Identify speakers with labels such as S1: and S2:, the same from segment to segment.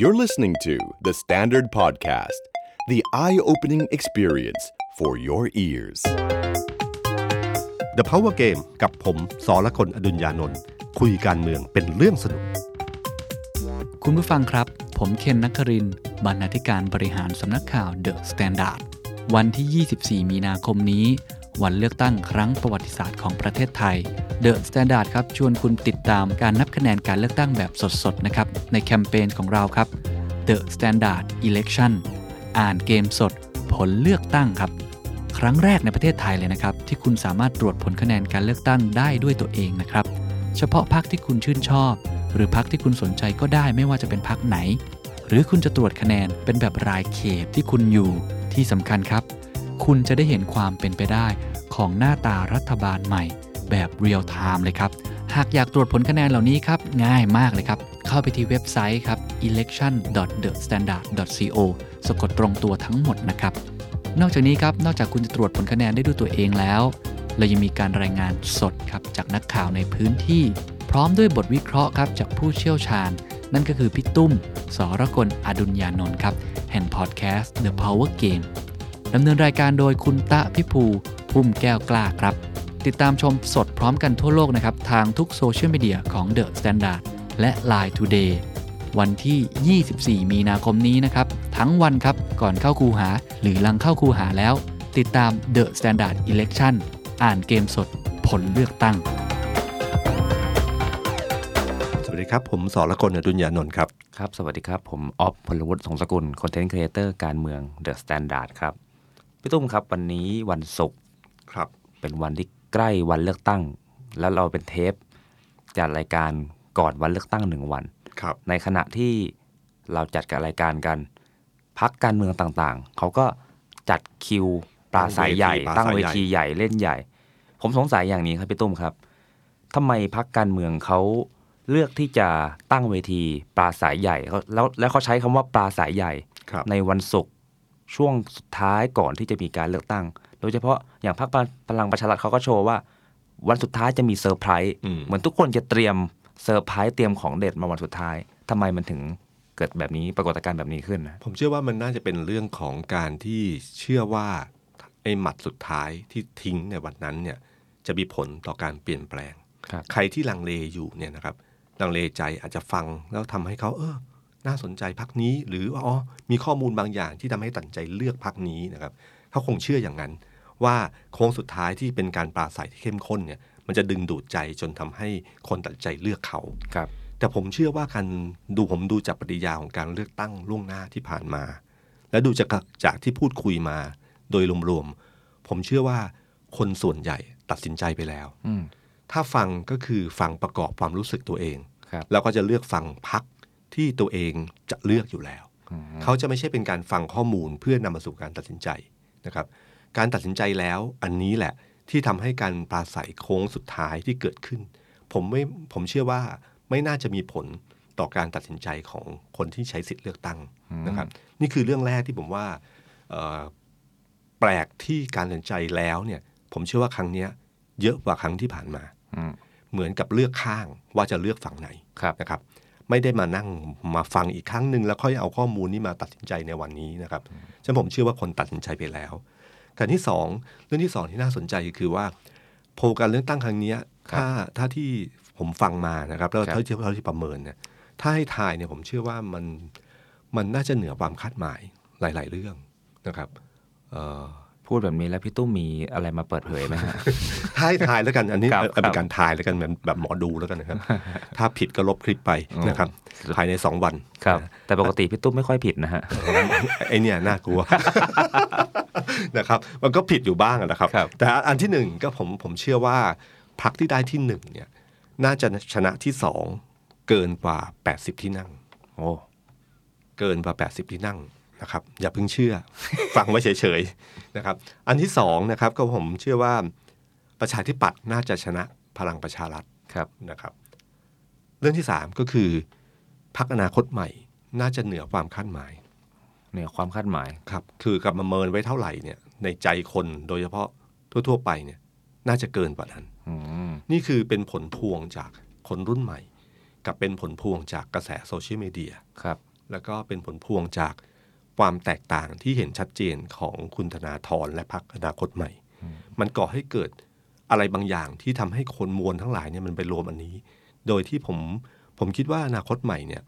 S1: You're listening to The Standard Podcast, the eye opening experience for your ears.
S2: The Power Game กับผมสอละคนอดุญญานนท์คุยการเมืองเป็นเรื่องสนุก
S3: คุณผู้ฟังครับ ผมเคนนักครินทร์บรรณาธิการบริหารสำนักข่าว The Standard วันที่ 24 มีนาคมนี้ วันเลือกตั้งครั้งประวัติศาสตร์ของประเทศไทย The Standard ครับ ชวนคุณติดตามการนับคะแนนการเลือกตั้งแบบสดๆ นะครับ ในแคมเปญของเราครับ The Standard Election อ่านเกมสด ผลเลือกตั้งครับ ครั้งแรกในประเทศไทยเลยนะครับ ที่คุณสามารถตรวจผลคะแนนการเลือกตั้งได้ด้วยตัวเองนะครับ เฉพาะพักที่คุณชื่นชอบ หรือพักที่คุณสนใจก็ได้ไม่ว่าจะเป็นพักไหน หรือคุณจะตรวจคะแนนเป็นแบบรายเขตที่คุณอยู่ที่สำคัญครับ คุณจะได้เห็นความเป็นไปได้ของหน้าตารัฐบาลใหม่ แบบเรียลไทม์เลยครับ หากอยากตรวจผลคะแนนเหล่านี้ครับ ง่ายมากเลยครับ เข้าไปที่เว็บไซต์ครับ election.thestandard.co สะกดตรงตัวทั้งหมดนะครับ นอกจากนี้ครับ นอกจากคุณจะตรวจผลคะแนนได้ด้วยตัวเองแล้ว เรายังมีการรายงานสดครับจากนักข่าวในพื้นที่ พร้อมด้วยบทวิเคราะห์ครับจากผู้เชี่ยวชาญ นั่นก็คือพี่ตุ้ม สรกลอดุลยานนท์ครับ แห่งพอดแคสต์ The Power Game ดำเนินรายการโดยคุณตะพิภูพุ่มแก้วกล้าครับ ติดตามชมสดพร้อมกันทั่วโลกนะครับ ทางทุกโซเชียลมีเดียของ The Standard และ Line Today วันที่ 24 มีนาคมนี้นะครับ ทั้งวันครับ ก่อนเข้าคูหา หรือหลังเข้าคูหาแล้ว ติดตาม The Standard Election อ่านเกมสดผลเลือกตั้ง
S2: สวัสดีครับ ผมสอละคนอดุญญานนท์ครับ
S4: ครับ สวัสดีครับ ผมออฟพลวุฒิสงสกุลคอนเทนต์ครีเอเตอร์การเมือง The Standard ครับ พี่ตุ้มครับ วันนี้วันศุกร์
S2: ครับ
S4: เป็นวันที่ใกล้วันเลือกตั้ง แล้วเราเป็นเทปจัดรายการก่อนวันเลือกตั้งหนึ่งวัน
S2: ครับ
S4: ในขณะที่เราจัดกับรายการกัน พักการเมืองต่างๆ เขาก็จัดคิวปราศัยใหญ่
S2: ตั้
S4: ตั้
S2: ง
S4: ง
S2: เว
S4: เว
S2: ที
S4: ทีใหญ่เล่นใหญ่ ผมสงสัยอย่างนี้ครับพี่ตุ้มครับทำไมพักการเมืองเขาเลือกที่จะตั้งเวทีปราศัยใหญ่เขาแล้วแล้วเขาใช้คำว่าปราศัยใหญ่
S2: ครับ
S4: ในวันศุกร์ช่วงสุดท้ายก่อนที่จะมีการเลือกตั้ง โดยเฉพาะอย่างพรรคพลังประชารัฐเขาก็โชว์ว่า วันสุดท้ายจะมีเซอร์ไพรส์
S2: อืม
S4: เหมือนทุกคนจะเตรียมเซอร์ไพรส์เตรียมของเด็ดมาวันสุดท้ายทำไมมันถึงเกิดแบบนี้ปรากฏการณ์แบบนี้ขึ้นนะ
S2: ผมเชื่อว่ามันน่าจะเป็นเรื่องของการที่เชื่อว่าไอ้หมัดสุดท้ายที่ทิ้งในวันนั้นเนี่ยจะมีผลต่อการเปลี่ยนแปลง
S4: ครับ
S2: ใครที่ลังเลอยู่เนี่ยนะครับลังเลใจอาจจะฟังแล้วทำให้เขาเออ น่าสนใจพักนี้ หรือว่าอ๋อมีข้อมูลบางอย่างที่ทำให้ตัดสินใจเลือกพักนี้นะครับเขาคงเชื่ออย่างนั้น ว่าโค้งสุดท้ายที่เป็นการปราศัยที่เข้มข้นเนี่ยมันจะดึงดูดใจจนทำให้คนตัดใจเลือกเขา
S4: ครับ
S2: แต่ผมเชื่อว่าการดูผมดูจากปฏิยาของการเลือกตั้งล่วงหน้าที่ผ่านมา และดูจากจากที่พูดคุยมาโดยรวมๆผมเชื่อว่าคนส่วนใหญ่ตัดสินใจไปแล้ว
S4: อืม
S2: ถ้าฟังก็คือฟังประกอบความรู้สึกตัวเอง
S4: ครับ
S2: แล้วก็จะเลือกฟังพักที่ตัวเองจะเลือกอยู่แล้ว
S4: อืม
S2: เขาจะไม่ใช่เป็นการฟังข้อมูลเพื่อนำมาสู่การตัดสินใจนะครับ การตัดสินใจแล้วอันนี้แหละที่ทำให้การปราศัยโค้งสุดท้ายที่เกิดขึ้น ผมไม่ผมเชื่อว่าไม่น่าจะมีผลต่อการตัดสินใจของคนที่ใช้สิทธิ์เลือกตั้งนะครับ นี่คือเรื่องแรกที่ผมว่าเอ่อแปลกที่การตัดสินใจแล้วเนี่ยผมเชื่อว่าครั้งเนี้ยเยอะกว่าครั้งที่ผ่านมา
S4: อืม
S2: เหมือนกับเลือกข้างว่าจะเลือกฝั่งไหน
S4: ครับ
S2: นะครับไม่ได้มานั่งมาฟังอีกครั้งหนึ่งแล้วค่อยเอาข้อมูลนี้มาตัดสินใจในวันนี้นะครับฉะนันผมเชื่อว่าคนตัดสินใจไปแล้วขณะที่สองเรื่องที่สองที่น่าสนใจคือว่าโพลการเลือกตั้งครั้งเนี้ย
S4: ครับ
S2: ถ้าถ้าที่ผมฟังมานะครับแล้ว
S4: ครับ
S2: เท่าที่เท่าที่ประเมินเนี่ยถ้าให้ทายเนี่ยผมเชื่อว่ามันมันน่าจะเหนือความคาดหมายหลาย ๆ เรื่องนะครับเอ่อ
S4: พูดแบบนี้แล้วพี่ตุ้มมีอะไรมาเปิดเผยไหมฮะ
S2: ทายทายแล้วกันอันนี้
S4: ครับ
S2: เอาเป็นการทายแล้วกันแบบแบบหมอดูแล้วกัน นะครับ ถ้าผิดก็ลบคลิปไปนะครับ
S4: อ๋อ
S2: ภายในสองวัน
S4: ครับ แต่ปกติพี่ตุ้มไม่ค่อยผิดนะฮะ
S2: ไอเนี่ยน่ากลัว นะครับมันก็ผิดอยู่บ้างอะนะครับ
S4: ครับ
S2: แต่อันที่หนึ่งก็ผมผมเชื่อว่าพรรคที่ได้ที่หนึ่งเนี่ยน่าจะชนะที่สองเกินกว่า 80 ที่นั่ง
S4: โอ้
S2: เกินกว่า 80 ที่นั่งนะครับ อย่าเพิ่งเชื่อ ฟังไว้เฉยๆนะครับ อันที่สองนะครับก็ผมเชื่อว่าประชาธิปัตย์น่าจะชนะพลังประชารัฐ
S4: ครับ
S2: นะครับเรื่องที่สามก็คือพักอนาคตใหม่ น่าจะเหนือความคาดหมาย
S4: เหนือความคาดหมาย
S2: ครับคือกลับมาเมินไว้เท่าไหร่เนี่ยในใจคนโดยเฉพาะทั่ว ๆ ไปเนี่ยน่าจะเกินกว่านั้น
S4: อืม
S2: นี่คือเป็นผลพวงจากคนรุ่นใหม่ กับเป็นผลพวงจากกระแสโซเชียลมีเดีย
S4: ครับ
S2: แล้วก็เป็นผลพวงจากความแตกต่างที่เห็นชัดเจนของคุณธนาธรและพรรคอนาคตใหม่ มันก่อให้เกิดอะไรบางอย่างที่ทำให้คนมวลทั้งหลายเนี่ยมันไปรวมอันนี้ โดยที่ผมผมคิดว่าอนาคตใหม่เนี่ย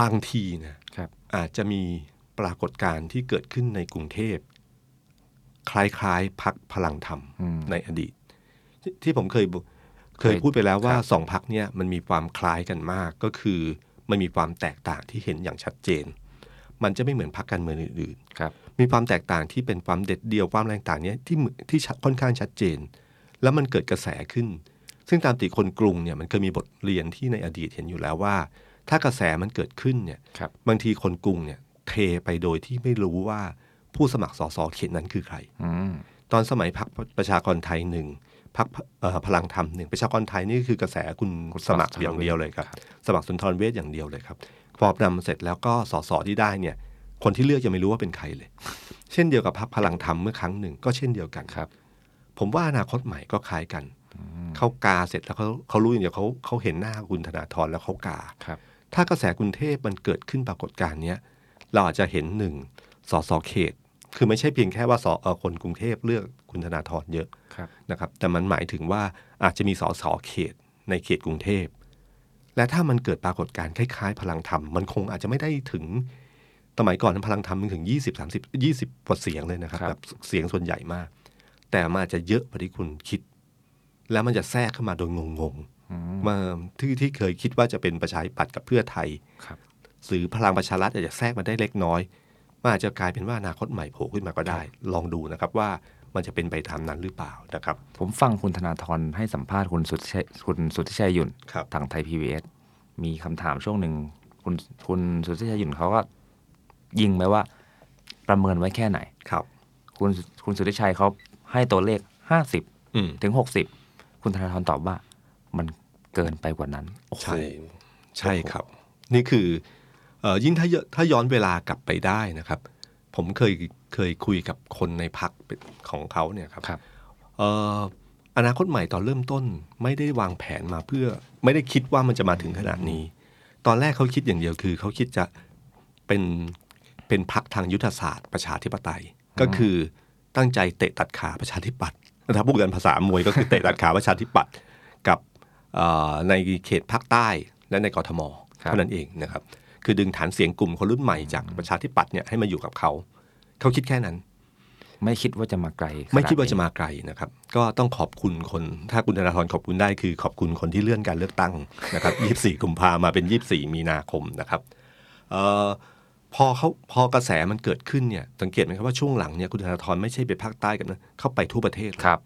S2: บางทีนะ
S4: ครับ
S2: อาจจะมีปรากฏการณ์ที่เกิดขึ้นในกรุงเทพ คล้ายๆพักพลังธรรม
S4: อืม
S2: ในอดีตทที่ผมเคยบอกเคย
S4: เคย
S2: พูดไปแล้วว่า
S4: ครับ
S2: สองพักเนี่ยมันมีความคล้ายกันมากก็คือมันมีความแตกต่างที่เห็นอย่างชัดเจน มันจะไม่เหมือนพักการเมืองอื่น
S4: ครับ
S2: ๆ มีความแตกต่างที่เป็นความเด็ดเดียวความแรงต่างเนี่ยที่เหมือนที่ชัดค่อนข้างชัดเจน แล้วมันเกิดกระแสขึ้น ซึ่งตามติคนกรุงเนี่ยมันเคยมีบทเรียนที่ในอดีตเห็นอยู่แล้วว่า ถ้ากระแสมันเกิดขึ้นเนี่ย
S4: ครับ
S2: บางทีคนกรุงเนี่ยเทไปโดยที่ไม่รู้ว่าผู้สมัครสสเขตนั้นคือใคร
S4: อืม
S2: ตอนสมัยพักประชากรไทยหนึ่งพักพลังธรรมหนึ่งประชากรไทยนี่คือกระแสคุณสมัครอย่างเดียวเลยครับ สมัครสุนทรเวชอย่างเดียวเลยครับพอนำเสร็จแล้วก็สสที่ได้เนี่ย คนที่เลือกยังไม่รู้ว่าเป็นใครเลย เช่นเดียวกับพักพลังธรรมเมื่อครั้งหนึ่งก็เช่นเดียวกัน
S4: ครับ
S2: ผมว่าอนาคตใหม่ก็คล้ายกัน เขากาเสร็จแล้วเขาเขารู้อย่างเดียวเขาเขาเห็นหน้าคุณธนาธรแล้วเขากา
S4: ครับ
S2: ถ้ากระแสกรุงเทพมันเกิดขึ้นปรากฏการณ์เนี้ยเราอาจจะเห็นหนึ่งสสเขต คือไม่ใช่เพียงแค่ว่าสเอ่อคนกรุงเทพเลือกคุณธนาธรเยอะ
S4: ครับ
S2: นะครับ แต่มันหมายถึงว่าอาจจะมีสสเขตในเขตกรุงเทพ และถ้ามันเกิดปรากฏการณ์คล้ายๆ พลังธรรม มันคงอาจจะไม่ได้ถึงสมัยก่อนนั้นพลังธรรมมันถึง 20 30 20กว่าเสียงเลยนะครับ
S4: ครับ
S2: แบบเสียงส่วนใหญ่มาก แต่มันอาจจะเยอะกว่าที่คุณคิด แล้วมันจะแทรกเข้ามาโดยงง
S4: อืม
S2: ๆมาที่ที่เคยคิดว่าจะเป็นประชาธิปัตย์กับเพื่อไทย
S4: ครับ
S2: หรือพลังประชารัฐอาจจะแทรกมาได้เล็กน้อยมันอาจจะกลายเป็นว่าอนาคตใหม่โผล่ขึ้นมาก็ได้ ลองดูนะครับว่ามันจะเป็นไปตามนั้นหรือเปล่านะครับ
S4: ผมฟังคุณธนาธรให้สัมภาษณ์คุณสุทธิชัยคุณสุทธิชัยหยุ่น
S2: ครับ
S4: ทางไทยพีวีเอสมีคำถามช่วงหนึ่งคุณคุณสุทธิชัยหยุ่นเขาก็ยิงไปว่า ประเมินไว้แค่ไหน
S2: ครับ
S4: คุณคุณสุทธิชัยเขาให้ตัวเลขห้าสิบ
S2: อืม
S4: ถึงหกสิบคุณธนาธรตอบว่า มันเกินไปกว่านั้นโอ้โห
S2: ใช่ใช่ครับ นี่คือเออยิ่งถ้าเยอะถ้าย้อนเวลากลับไปได้นะครับ ผมเคยเคยคุยกับคนในพักของเขาเนี่ยครับ
S4: ครับ
S2: เอ่ออนาคตใหม่ตอนเริ่มต้นไม่ได้วางแผนมาเพื่อไม่ได้คิดว่ามันจะมาถึงขนาดนี้ ตอนแรกเขาคิดอย่างเดียวคือ เขาคิดจะเป็นเป็นพักทางยุทธศาสตร์ประชาธิปไตย ก็คือตั้งใจเตะตัดขาประชาธิปัตย์ถ้าพูดกันภาษามวยก็คือเตะตัดขาประชาธิปัตย์กับเอ่อในเขตภาคใต้และในกทม
S4: ครับ
S2: เท่านั้นเองนะครับ คือดึงฐานเสียงกลุ่มคนรุ่นใหม่จากประชาธิปัตย์เนี่ยให้มาอยู่กับเขา เขาคิดแค่นั้น
S4: ไม่คิดว่าจะมาไกลขนนี้
S2: ไม่คิดว่าจะมาไกลนะครับ ก็ต้องขอบคุณคน ถ้าคุณธนาธรขอบคุณได้คือขอบคุณคนที่เลื่อนการเลือกตั้งนะครับ 24กุมภามาเป็น 24 มีนาคมนะครับเออพอเขาพอกระแสมันเกิดขึ้นเนี่ยสังเกตไหมครับว่าช่วงหลังเนี่ยคุณธนาธรไม่ใช่ไปภาคใต้กันนะเข้าไปทั่วประเทศเลย
S4: ครับ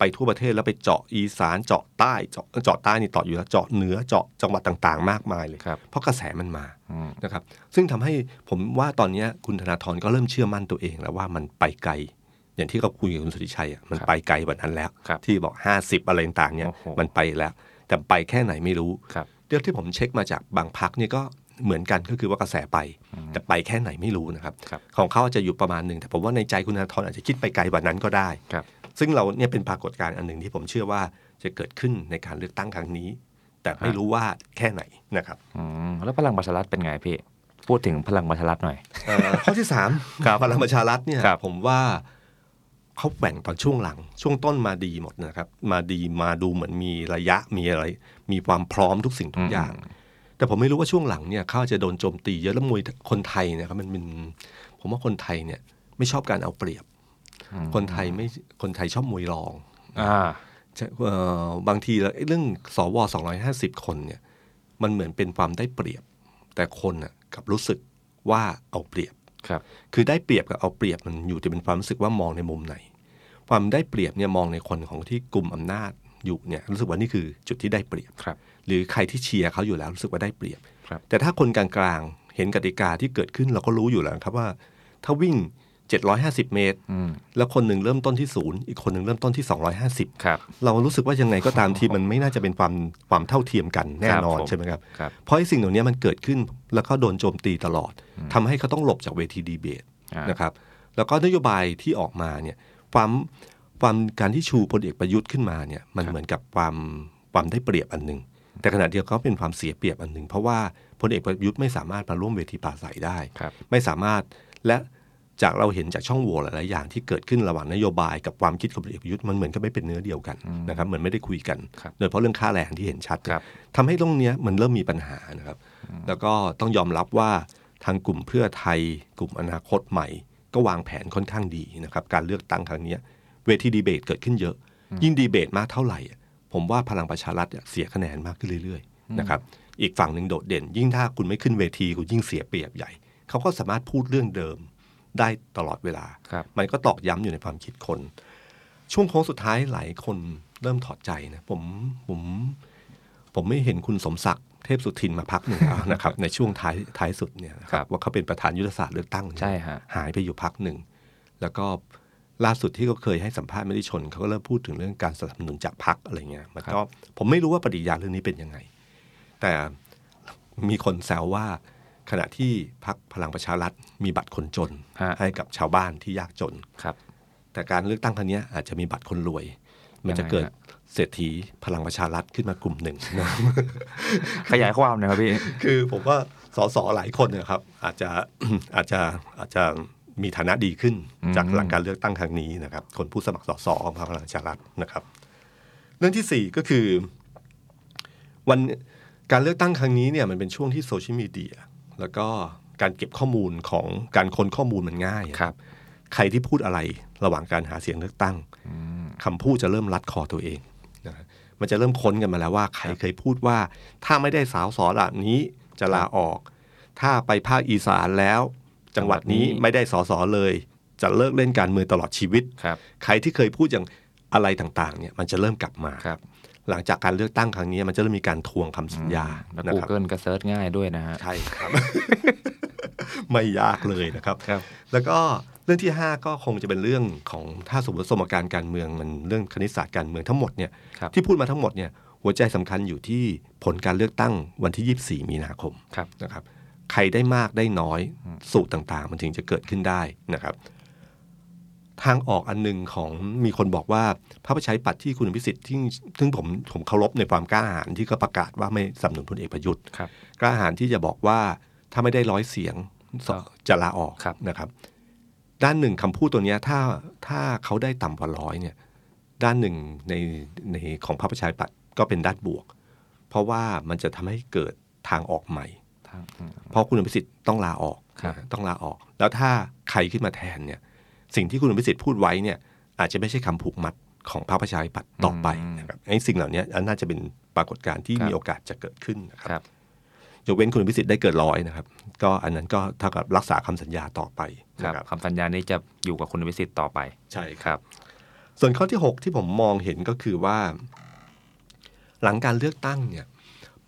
S2: ไปทั่วประเทศแล้วไปเจาะอีสานเจาะใต้เจาะเจาะใต้นี่ต่ออยู่แล้วเจาะเหนือเจาะจังหวัดต่างๆ มากมายเลย
S4: ครับ
S2: เพราะกระแสมันมา
S4: อืม
S2: นะครับ ซึ่งทำให้ผมว่าตอนเนี้ยคุณธนาธรก็เริ่มเชื่อมั่นตัวเองแล้วว่ามันไปไกล อย่างที่เราคุยกับคุณสุทธิชัยอะมันไปไกลกว่านั้นแล้ว
S4: ครับ
S2: ที่บอก 50 อะไรต่างๆเนี่ย
S4: โอ้โห
S2: มันไปแล้ว แต่ไปแค่ไหนไม่รู้
S4: ครับ
S2: เรื่องที่ผมเช็คมาจากบางพักนี่ยก็เหมือนกันก็คือว่ากระแสไป แต่ไปแค่ไหนไม่รู้นะครับ
S4: ครับ
S2: ของเขาอาจจะอยู่ประมาณหนึ่งแต่ผมว่าในใจคุณธนาธรอาจจะคิดไปไกลกว่านั้นก็ได้
S4: ครับ
S2: ซึ่งเราเนี่ยเป็นปรากฏการณ์อันหนึ่งที่ผมเชื่อว่าจะเกิดขึ้นในการเลือกตั้งครั้งนี้ แต่ไม่รู้ว่าแค่ไหนนะครับ
S4: อืมแล้วพลังประชารัฐเป็นไงพี่ พูดถึงพลังประชารัฐหน่อย
S2: เอ่อ ข้อที่สาม
S4: ครับ
S2: พลังประชารัฐเนี่ย
S4: ครับ
S2: ผมว่าเขาแบ่งตอนช่วงหลัง ช่วงต้นมาดีหมดนะครับ มาดีมาดูเหมือนมีระยะมีอะไร มีความพร้อมทุกสิ่งทุกอย่าง แต่ผมไม่รู้ว่าช่วงหลังเนี่ยเขาอาจจะโดนโจมตีเยอะแล้วมวยคนไทยเนะครับมันเป็นผมว่าคนไทยเนี่ยไม่ชอบการเอาเปรียบ คนไทยไม่คนไทยชอบมวยรอง
S4: อ่า
S2: ใช่เอ่อบางทีแล้วไอ้เรื่องสว250 คนเนี่ยมันเหมือนเป็นความได้เปรียบ แต่คนน่ะกลับรู้สึกว่าเอาเปรียบ
S4: ครับ
S2: คือได้เปรียบกับเอาเปรียบมันอยู่ที่เป็นความรู้สึกว่ามองในมุมไหน ความได้เปรียบเนี่ยมองในคนของที่กลุ่มอำนาจอยู่เนี่ยรู้สึกว่านี่คือจุดที่ได้เปรียบ
S4: ครับ
S2: หรือใครที่เชียร์เขาอยู่แล้วรู้สึกว่าได้เปรียบ
S4: ครับ
S2: แต่ถ้าคนกลางๆเห็นกติกาที่เกิดขึ้นเราก็รู้อยู่แล้วครับว่า ถ้าวิ่ง 750 เมตร
S4: อืม
S2: แล้วคนหนึ่งเริ่มต้นที่ศูนย์อีกคนหนึ่งเริ่มต้นที่ 250
S4: ครับ
S2: เรารู้สึกว่ายังไงก็ตามทีมันไม่น่าจะเป็นความความเท่าเทียมกันแน่นอน
S4: ครับผม
S2: ใช่ไหมครับ
S4: ครับ
S2: เพราะไอ้สิ่งเหล่านี้มันเกิดขึ้นแล้วก็โดนโจมตีตลอดทำให้เขาต้องหลบจากเวทีดีเบต
S4: อ่าน
S2: นะครับ แล้วก็นโยบายที่ออกมาเนี่ยความความการที่ชูพลเอกประยุทธ์ขึ้นมาเนี่ยมันเหมือนกับความความได้เปรียบอันหนึ่ง แต่ขณะเดียวกันก็เป็นความเสียเปรียบอันหนึ่ง เพราะว่าพลเอกประยุทธ์ไม่สามารถมาร่วมเวทีปราศัยได้
S4: ครับ
S2: ไม่สามารถและจากเราเห็นจากช่องโหว่หลาย ๆ อย่างที่เกิดขึ้นระหว่างนโยบายกับความคิดของพลเอกประยุทธ์มันเหมือนกับไม่เป็นเนื้อเดียวกันนะครับเหมือนไม่ได้คุยกัน
S4: ครับ
S2: โดยเฉพาะเรื่องค่าแรงที่เห็นชัด
S4: ครับ
S2: ทำให้ตรงเนี้ยมันเริ่มมีปัญหานะครับ แล้วก็ต้องยอมรับว่าทางกลุ่มเพื่อไทย กลุ่มอนาคตใหม่ ก็วางแผนค่อนข้างดีนะครับการเลือกตั้งครั้งเนี้ยเวทีดีเบตเกิดขึ้นเยอะ ยิ่งดีเบตมากเท่าไหร่อะผมว่าพลังประชารัฐเนี่ยเสียคะแนนมากขึ้นเรื่อยๆนะครับอีกฝั่งหนึ่งโดดเด่น ยิ่งถ้าคุณไม่ขึ้นเวทีคุณยิ่งเสียเปรียบใหญ่ เขาก็สามารถพูดเรื่องเดิมได้ตลอดเวลา
S4: ครับ
S2: มันก็ตอกย้ำอยู่ในความคิดคน ช่วงโค้งสุดท้ายหลายคนเริ่มถอดใจนะผมผมผมไม่เห็นคุณสมศักดิ์เทพสุทินมาพักหนึ่งแล้วนะครับ ในช่วงท้ายท้ายสุดเนี่ยนะค
S4: ครั
S2: รับบว่าเขาเป็นประธานยุทธศาสตร์เลือกตั้งเนี่ย
S4: ใช่ฮะ
S2: หายไปอยู่พักหนึ่ง แล้วก็ล่าสุดที่เขาเคยให้สัมภาษณ์ไม่ได้ชนเขาก็เริ่มพูดถึงเรื่องการสนับสนุนจากพักอะไรเงี้ยมันก็ผมไม่รู้ว่าปฏิกิริยาเรื่องนี้เป็นยังไง แต่มีคนแซวว่าขณะที่พักพลังประชารัฐมีบัตรคนจน
S4: ฮะ
S2: ให้กับชาวบ้านที่ยากจน
S4: ครับ
S2: แต่การเลือกตั้งครั้งเนี้ยอาจจะมีบัตรคนรวย มันจะเกิด
S4: ยังไงฮะ
S2: เศรษฐีพลังประชารัฐขึ้นมากลุ่มห นึ่งนะ
S4: ขยายความหนะครับพี่
S2: คือผมว่าสสหลายคนเนยครับ อาจจะ อาจจะอาจจะมีฐานะดีขึ้น
S4: อืม
S2: จากหลังการเลือกตั้งครั้งนี้นะครับ คนผู้สมัครสสของพรรคพลังประชารัฐนะครับ เรื่องที่สี่ก็คือ วันการเลือกตั้งครั้งนี้เนี่ยมันเป็นช่วงที่โซเชียลมีเดียแล้วก็การเก็บข้อมูลของการค้นข้อมูลมันง่ายอะ
S4: ครับ
S2: ใครที่พูดอะไรระหว่างการหาเสียงเลือกตั้งคำพูดจะเริ่มรัดคอตัวเองนะฮะมันจะเริ่มค้นกันมาแล้วว่า ใครเคยพูดว่า ถ้าไม่ได้สาวสอระนี้จะลาออก ถ้าไปภาคอีสานแล้ว จังหวัดนี้
S4: จังหวัดนี้
S2: ไม่ได้สอสอเลย จะเลิกเล่นการเมืองตลอดชีวิต
S4: ครับ
S2: ใครที่เคยพูดอย่างอะไรต่างๆเนี่ยมันจะเริ่มกลับมา
S4: ครับ
S2: หลังจากการเลือกตั้งครั้งนี้มันจะเริ่มมีการทวงคำสัญญา
S4: แล้ว
S2: นะครับ
S4: Google ก็เซิร์ชง่ายด้วยนะฮะ
S2: ใช่ครับ ไม่ยากเลยนะครับ
S4: ครับ
S2: แล้วก็เรื่องที่ 5 ก็คงจะเป็นเรื่องของถ้าสมมติสมการการเมืองมันเรื่องคณิตศาสตร์การเมืองทั้งหมดเนี่ย
S4: ครับ
S2: ที่พูดมาทั้งหมดเนี่ยหัวใจสำคัญอยู่ที่ผลการเลือกตั้งวันที่ 24 มีนาคม
S4: ครับ
S2: นะครับใครได้มากได้น้อยสูตรต่างๆ มันถึงจะเกิดขึ้นได้นะครับ ทางออกอันหนึ่งของมีคนบอกว่าพระประชัยปัตย์ที่คุณพิสิทธิ์ที่ซึ่งผมผมเคารพในความกล้าหาญที่เขาประกาศว่าไม่สนับสนุนพลเอกประยุทธ์
S4: ครับ
S2: กล้าหาญที่จะบอกว่าถ้าไม่ได้ร้อยเสียงส
S4: ครับ
S2: จะลาออก
S4: ครับ
S2: นะครับ ด้านหนึ่งคำพูดตัวเนี้ยถ้าถ้าเขาได้ต่ำกว่าร้อยเนี่ย ด้านหนึ่งในในของพรรคประชาธิปัตย์ก็เป็นด้านบวก เพราะว่ามันจะทำให้เกิดทางออกใหม่
S4: ทาง
S2: เพราะคุณอภิสิทธิ์ต้องลาออก
S4: ครับ
S2: นะต้องลาออก แล้วถ้าใครขึ้นมาแทนเนี่ย สิ่งที่คุณอภิสิทธิ์พูดไว้เนี่ย อาจจะไม่ใช่คำผูกมัดของพรรคประชาธิปัตย์ต่อไปนะครับไอ้สิ่งเหล่านี้อันน่าจะเป็นปรากฏการณ์ที่มีโอกาสจะเกิดขึ้นนะครั
S4: ค
S2: บ
S4: รับ
S2: ยกเว้นคุณพิสิทธิ์ได้เกิดร้อยนะครับ ก็อันนั้นก็เท่ากับรักษาคำสัญญาต่อไป
S4: ครับ
S2: นะครับ
S4: คำสัญญานี้จะอยู่กับคุณวิสิทธิ์ต่อไป
S2: ใช่
S4: ครับ
S2: ส่วนข้อที่ 6 ที่ผมมองเห็นก็คือว่า หลังการเลือกตั้งเนี่ย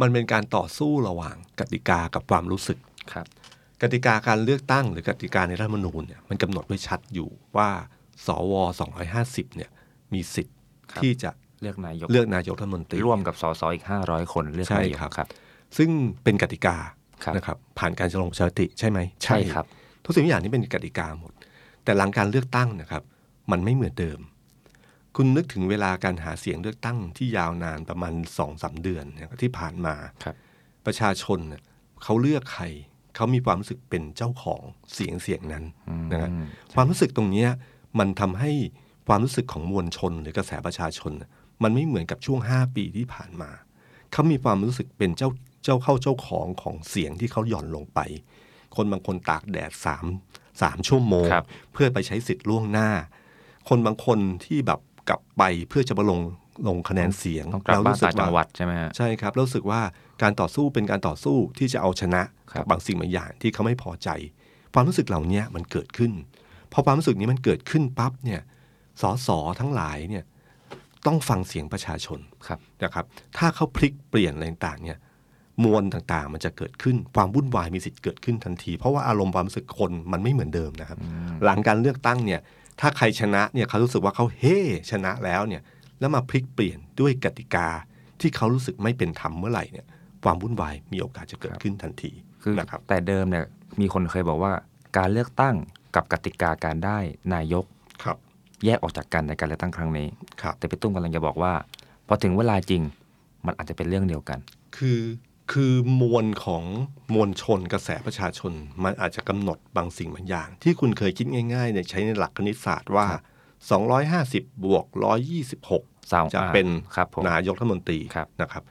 S2: มันเป็นการต่อสู้ระหว่างกติกากับความรู้สึก
S4: ครับ
S2: กติกาการเลือกตั้งหรือกติกาในรัฐธรรมนูญเนี่ยมันกำหนดไว้ชัดอยู่ว่าสว250เนี่ยมีสิทธิ์
S4: ครับ
S2: ที่จะ
S4: เลือกนายก
S2: เลือกนายกรัฐมนตรี
S4: ร่วมกับสสอีก 500 คนเลือก
S2: ใช่
S4: นายก
S2: ครับ
S4: ครับ
S2: ซึ่งเป็นกติกา
S4: ครับ
S2: นะครับผ่านการลงประชามติใช่ไหม
S4: ใช่ครับ
S2: ทุกสิ่งทุกอย่างนี่เป็นกติกาหมด แต่หลังการเลือกตั้งนะครับ มันไม่เหมือนเดิม คุณนึกถึงเวลาการหาเสียงเลือกตั้งที่ยาวนานประมาณสองสามเดือนเนี่ยที่ผ่านมา
S4: ครับ
S2: ประชาชนเนี่ยเขาเลือกใคร เขามีความรู้สึกเป็นเจ้าของเสียงเสียงนั้นนะครความรู้สึกตรงเนี้ยมันทำให้ความรู้สึกของมวลชนหรือกระแสประชาชนน่ะมันไม่เหมือนกับช่วง 5 ปีที่ผ่านมา เขามีความรู้สึกเป็นเจ้าเจ้าเข้าเจ้าของของเสียงที่เขาหย่อนลงไป คนบางคนตากแดดสามสามชั่วโมง
S4: ครับ
S2: เพื่อไปใช้สิทธิ์ล่วงหน้า คนบางคนที่แบบกลับไปเพื่อจะมาลงลงคะแนนเสียง
S4: ต้องกลับ
S2: แว
S4: บ้าน
S2: รู้สึ
S4: ต่างจัง
S2: า
S4: หวัดใช่ไหมฮะ
S2: ใช่ครับรู้สึกว่าการต่อสู้เป็นการต่อสู้ที่จะเอาชนะ
S4: ครับบ
S2: กัางสิ่งบางอย่างที่เขาไม่พอใจ ความรู้สึกเหล่านี้มันเกิดขึ้นพอความรู้สึกนี้มันเกิดขึ้นปั๊บเนี่ยสสทั้งหลายเนี่ยต้องฟังเสียงประชาชน
S4: ครับ
S2: นะครับ ถ้าเขาพลิกเปลี่ยนอะไรต่างๆเนี่ยมวลต่างๆ มันจะเกิดขึ้นความวุ่นวายมีสิทธิ์เกิดขึ้นทันที เพราะว่าอารมณ์ความรู้สึกคนมันไม่เหมือนเดิมนะครับ หลังการเลือกตั้งเนี่ยถ้าใครชนะเนี่ยเขารู้สึกว่าเขาเฮ้ชนะแล้วเนี่ยแล้วมาพลิกเปลี่ยนด้วยกติกาที่เขารู้สึกไม่เป็นธรรมเมื่อไหร่เนี่ยความวุ่นวายมีโอกาสจะเกิดขึ้นทันที
S4: คือ
S2: นะครับ
S4: แต่เดิมเนี่ยมีคนเคยบอกว่าการเลือกตั้งกับกติกาการได้นายก
S2: ครับ
S4: แยกออกจากกันในการเลือกตั้งครั้งนี้
S2: ครับ
S4: แต่พี่ตุ้มกำลังจะบอกว่า พอถึงเวลาจริงมันอาจจะเป็นเรื่องเดียวกัน
S2: คือคือมวลของมวลชนกระแสประชาชน มันอาจจะกำหนดบางสิ่งบางอย่าง ที่คุณเคยคิดง่ายๆเนี่ยใช้ในหลักคณิตศาสตร์ว่า 250 บวก 126
S4: สาว
S2: จะเป็น
S4: ครับผม
S2: นายกรัฐมนตรี
S4: ครับ
S2: นะครับ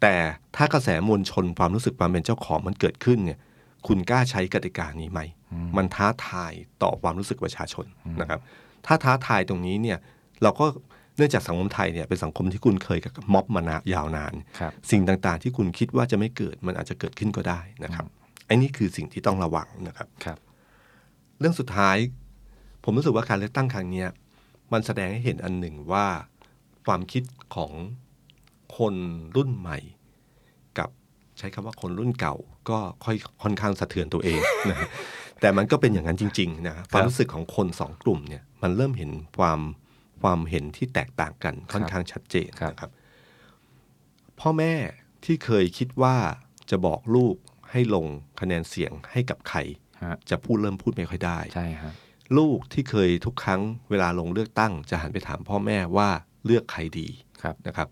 S2: แต่ถ้ากระแสมวลชนความรู้สึกความเป็นเจ้าของมันเกิดขึ้นเนี่ย คุณกล้าใช้กติกานี้ไหม มันท้าทายต่อความรู้สึกประชาชนนะครับ ถ้าท้าทายตรงนี้เนี่ยเราก็เนื่องจากสังคมไทยเนี่ยเป็นสังคมที่คุณเคยกับม็อบมานายาวนาน
S4: ครับ
S2: สิ่งต่างๆ ที่คุณคิดว่าจะไม่เกิดมันอาจจะเกิดขึ้นก็ได้นะครับไอ้นี่คือสิ่งที่ต้องระวังนะครับ
S4: ครับ
S2: เรื่องสุดท้าย ผมรู้สึกว่าการเลือกตั้งครั้งเนี้ยมันแสดงให้เห็นอันหนึ่งว่าความคิดของคนรุ่นใหม่ กับใช้คำว่าคนรุ่นเก่า ก็ค่อยค่อนข้างสะเทือนตัวเอง นะแต่มันก็เป็นอย่างนั้นจริงๆนะความรู้สึกของคนสองกลุ่มเนี่ยมันเริ่มเห็นความความเห็นที่แตกต่างกันค่อนข้างชัดเจน
S4: ครับ
S2: นะครับ พ่อแม่ที่เคยคิดว่าจะบอกลูกให้ลงคะแนนเสียงให้กับใคร
S4: ฮะ
S2: จะพูดเริ่มพูดไม่ค่อยได้
S4: ใช่ฮะ
S2: ลูกที่เคยทุกครั้งเวลาลงเลือกตั้ง จะหันไปถามพ่อแม่ว่าเลือกใครดี
S4: ครับ
S2: นะครับ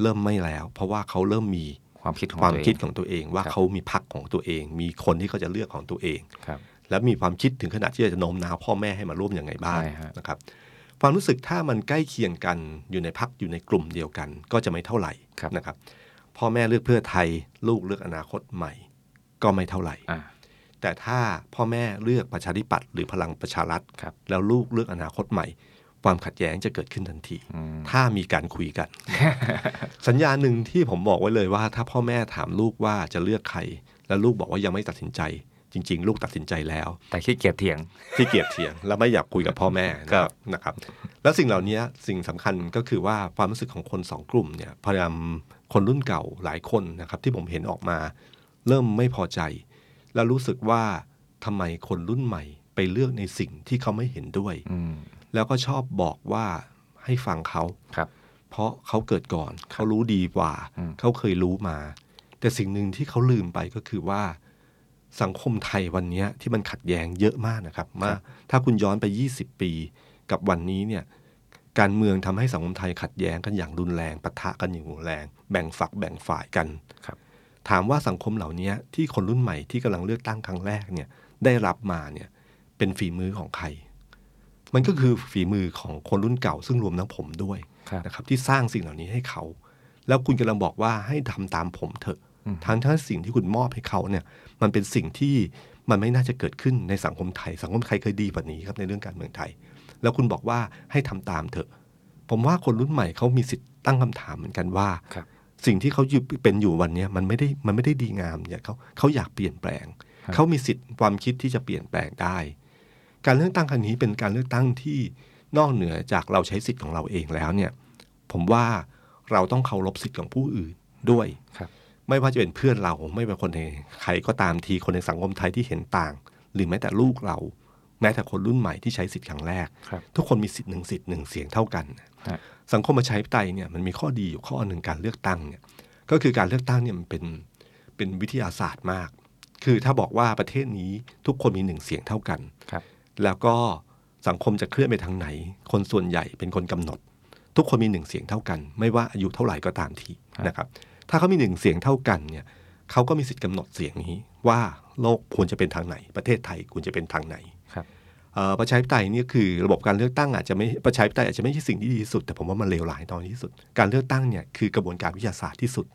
S2: เริ่มไม่แล้ว เพราะว่าเขาเริ่มมี
S4: ความคิดของ
S2: ความ
S4: ตัวเอง
S2: คิดของตัวเองว่า
S4: ครับ
S2: เขามีพักของตัวเอง มีคนที่เขาจะเลือกของตัวเอง
S4: ครับ
S2: และมีความคิดถึงขนาดที่จะโน้มน้าวพ่อแม่ให้มาร่วมยังไงบ้าง
S4: ใช่ฮะ
S2: นะครับ ความรู้สึกถ้ามันใกล้เคียงกันอยู่ในพักอยู่ในกลุ่มเดียวกัน ก็จะไม่เท่าไหร่
S4: ครับ
S2: นะครับ พ่อแม่เลือกเพื่อไทย ลูกเลือกอนาคตใหม่ ก็ไม่เท่าไหร่
S4: อ่า
S2: แต่ถ้าพ่อแม่เลือกประชาธิปัตย์หรือพลังประชารัฐ
S4: ครับ
S2: แล้วลูกเลือกอนาคตใหม่ ความขัดแย้งจะเกิดขึ้นทันที
S4: อืม
S2: ถ้ามีการคุยกัน สัญญาณหนึ่งที่ผมบอกไว้เลยว่า ถ้าพ่อแม่ถามลูกว่าจะเลือกใคร แล้วลูกบอกว่ายังไม่ตัดสินใจ จริง ๆ ลูกตัดสินใจแล้ว
S4: แต่ขี้เกียจเถียง
S2: ที่เกียจเถียงและไม่อยากคุยกับพ่อแม่นะครับนะครับ แล้วสิ่งเหล่านี้สิ่งสำคัญก็คือว่าความรู้สึกของคนสองกลุ่มเนี่ยพยายามคนรุ่นเก่าหลายคนนะครับ ที่ผมเห็นออกมา เริ่มไม่พอใจ แล้วรู้สึกว่าทำไมคนรุ่นใหม่ไปเลือกในสิ่งที่เขาไม่เห็นด้วย
S4: อืม
S2: แล้วก็ชอบบอกว่าให้ฟังเขา
S4: ครับ
S2: เพราะเขาเกิดก่อน เขารู้ดีกว่า
S4: อืม
S2: เขาเคยรู้มา แต่สิ่งหนึ่งที่เขาลืมไปก็คือว่า สังคมไทยวันเนี้ยที่มันขัดแย้งเยอะมากนะครับมาถ้าคุณย้อนไป 20 ปีกับวันนี้เนี่ย การเมืองทำให้สังคมไทยขัดแย้งกันอย่างรุนแรงปะทะกันอย่างรุนแรง แบ่งฝักแบ่งฝ่ายกัน
S4: ครับ
S2: ถามว่าสังคมเหล่านี้ที่คนรุ่นใหม่ที่กำลังเลือกตั้งครั้งแรกเนี่ยได้รับมาเนี่ยเป็นฝีมือของใคร มันก็คือฝีมือของคนรุ่นเก่า ซึ่งรวมทั้งผมด้วย
S4: ครับ
S2: นะครับที่สร้างสิ่งเหล่านี้ให้เขา แล้วคุณกำลังบอกว่าให้ทำตามผมเถอะ
S4: อืม
S2: ทั้งทั้งสิ่งที่คุณมอบให้เขาเนี่ยมันเป็นสิ่งที่มันไม่น่าจะเกิดขึ้นในสังคมไทย สังคมไทยเคยดีกว่านี้ครับในเรื่องการเมืองไทย แล้วคุณบอกว่าให้ทำตามเถอะ ผมว่าคนรุ่นใหม่เขามีสิทธิ์ตั้งคำถามเหมือนกันว่า
S4: ครับ
S2: สิ่งที่เขาอยู่เป็นอยู่วันเนี้ยมันไม่ได้มันไม่ได้ดีงามอย่างเขาเขาอยากเปลี่ยนแปลง
S4: ครับ
S2: เขามีสิทธิ์ความคิดที่จะเปลี่ยนแปลงได้ การเลือกตั้งครั้งนี้เป็นการเลือกตั้งที่นอกเหนือจากเราใช้สิทธิ์ของเราเองแล้วเนี่ย ผมว่าเราต้องเคารพสิทธิ์ของผู้อื่นด้วย
S4: ครับ
S2: ไม่ว่าจะเป็นเพื่อนเราไม่ว่าคนในใครก็ตามทีคนในสังคมไทยที่เห็นต่าง หรือแม้แต่ลูกเรา แม้แต่คนรุ่นใหม่ที่ใช้สิทธิ์ครั้งแรก
S4: ครับ
S2: ทุกคนมีสิทธิ์หนึ่งสิทธิ์หนึ่งเสียงเท่ากัน
S4: ฮะ
S2: สังคมประชาธิปไตยเนี่ยมันมีข้อดีอยู่ข้อหนึ่งการเลือกตั้งเนี่ยก็คือการเลือกตั้งเนี่ยมันเป็นเป็นวิทยาศาสตร์มาก คือถ้าบอกว่าประเทศนี้ทุกคนมีหนึ่งเสียงเท่ากัน
S4: ครับ
S2: แล้วก็สังคมจะเคลื่อนไปทางไหน คนส่วนใหญ่เป็นคนกำหนด ทุกคนมีหนึ่งเสียงเท่ากัน ไม่ว่าอายุเท่าไหร่ก็ตามที
S4: ครับ
S2: นะครับ ถ้าเขามีหนึ่งเสียงเท่ากันเนี่ยเขาก็มีสิทธิ์กำหนดเสียงนี้ ว่าโลกควรจะเป็นทางไหน ประเทศไทยควรจะเป็นทางไหน
S4: ครับ
S2: เอ่อประชาธิปไตยเนี่ยคือระบบการเลือกตั้งอาจจะไม่ประชาธิปไตยอาจจะไม่ใช่สิ่งที่ดีที่สุด แต่ผมว่ามันเลวร้ายน้อยที่สุด การเลือกตั้งเนี่ยคือกระบวนการวิทยาศาสตร์ที่สุด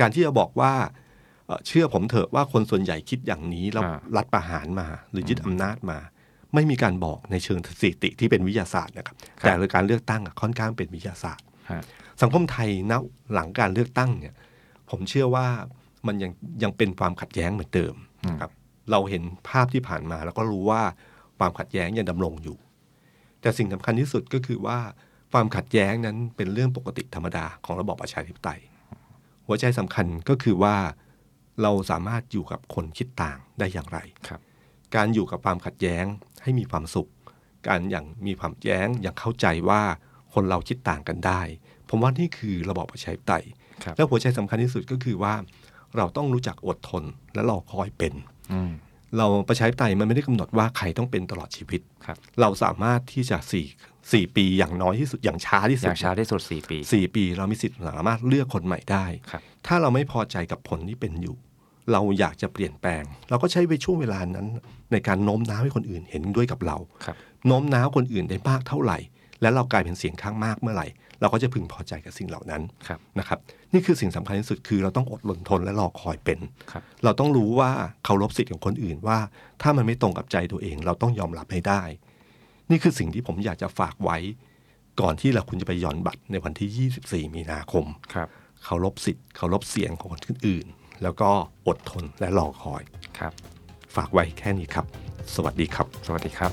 S2: การที่จะบอกว่าเอ่อเชื่อผมเถอะว่าคนส่วนใหญ่คิดอย่างนี้แล้ว
S4: อ่า
S2: รัฐประหารมา หรือยึดอำนาจมา ไม่มีการบอกในเชิงสถิติที่เป็นวิทยาศาสตร์นะครับแต่การเลือกตั้งอะค่อนข้างเป็นวิทยาศาสตร์
S4: ฮะ
S2: สังคมไทยณหลังการเลือกตั้งเนี่ยผมเชื่อว่ามันยังยังเป็นความขัดแย้งเหมือนเดิม
S4: อืม
S2: นะครับเราเห็นภาพที่ผ่านมาแล้วก็รู้ว่าความขัดแย้งยังดำรงอยู่ แต่สิ่งสำคัญที่สุดก็คือว่าความขัดแย้งนั้นเป็นเรื่องปกติธรรมดาของระบอบประชาธิปไตย หัวใจสำคัญก็คือว่าเราสามารถอยู่กับคนคิดต่างได้อย่างไร
S4: ครับ
S2: การอยู่กับความขัดแย้งให้มีความสุข การอย่างมีความแย้งอย่างเข้าใจว่าคนเราคิดต่างกันได้ ผมว่านี่คือระบอบประชาธิปไตย
S4: ครับ
S2: และหัวใจสำคัญที่สุดก็คือว่า เราต้องรู้จักอดทนและรอคอยเป็น
S4: อืม
S2: เราประชาธิปไตยมันไม่ได้กำหนดว่าใครต้องเป็นตลอดชีวิต
S4: ครับ
S2: เราสามารถที่จะสี่สี่ปีอย่างน้อยที่สุดอย่างช้าที่
S4: อ
S2: สุด
S4: ย่างช้าที่สุดสี่ปี
S2: สี่ปีเรามีสิทธิ์สามารถเลือกคนใหม่ได้
S4: ครับ
S2: ถ้าเราไม่พอใจกับผลที่เป็นอยู่ เราอยากจะเปลี่ยนแปลง เราก็ใช้ไปช่วงเวลานั้น ในการโน้มน้าวให้คนอื่นเห็นด้วยกับเรา
S4: ครับ
S2: โน้มน้าวคนอื่นได้มากเท่าไหร่ และเรากลายเป็นเสียงข้างมากเมื่อไหร่ เราก็จะพึงพอใจกับสิ่งเหล่านั้น
S4: ครับ
S2: นะครับ นี่คือสิ่งสำคัญที่สุดคือเราต้องอดทนทนและรอคอยเป็น
S4: ครับ
S2: เราต้องรู้ว่าเคารพสิทธิ์ของคนอื่นว่า ถ้ามันไม่ตรงกับใจตัวเอง เราต้องยอมรับให้ได้ นี่คือสิ่งที่ผมอยากจะฝากไว้ ก่อนที่เราคุณจะไปหย่อนบัตรในวันที่ 24 มีนาคม
S4: ครับ
S2: เคารพสิทธิ์เคารพเสียงของคนอื่น แล้วก็อดทนและรอคอย
S4: ครับ
S2: ฝากไว้แค่นี้ครับ สวัสดีครับ
S4: สวัสดีครับ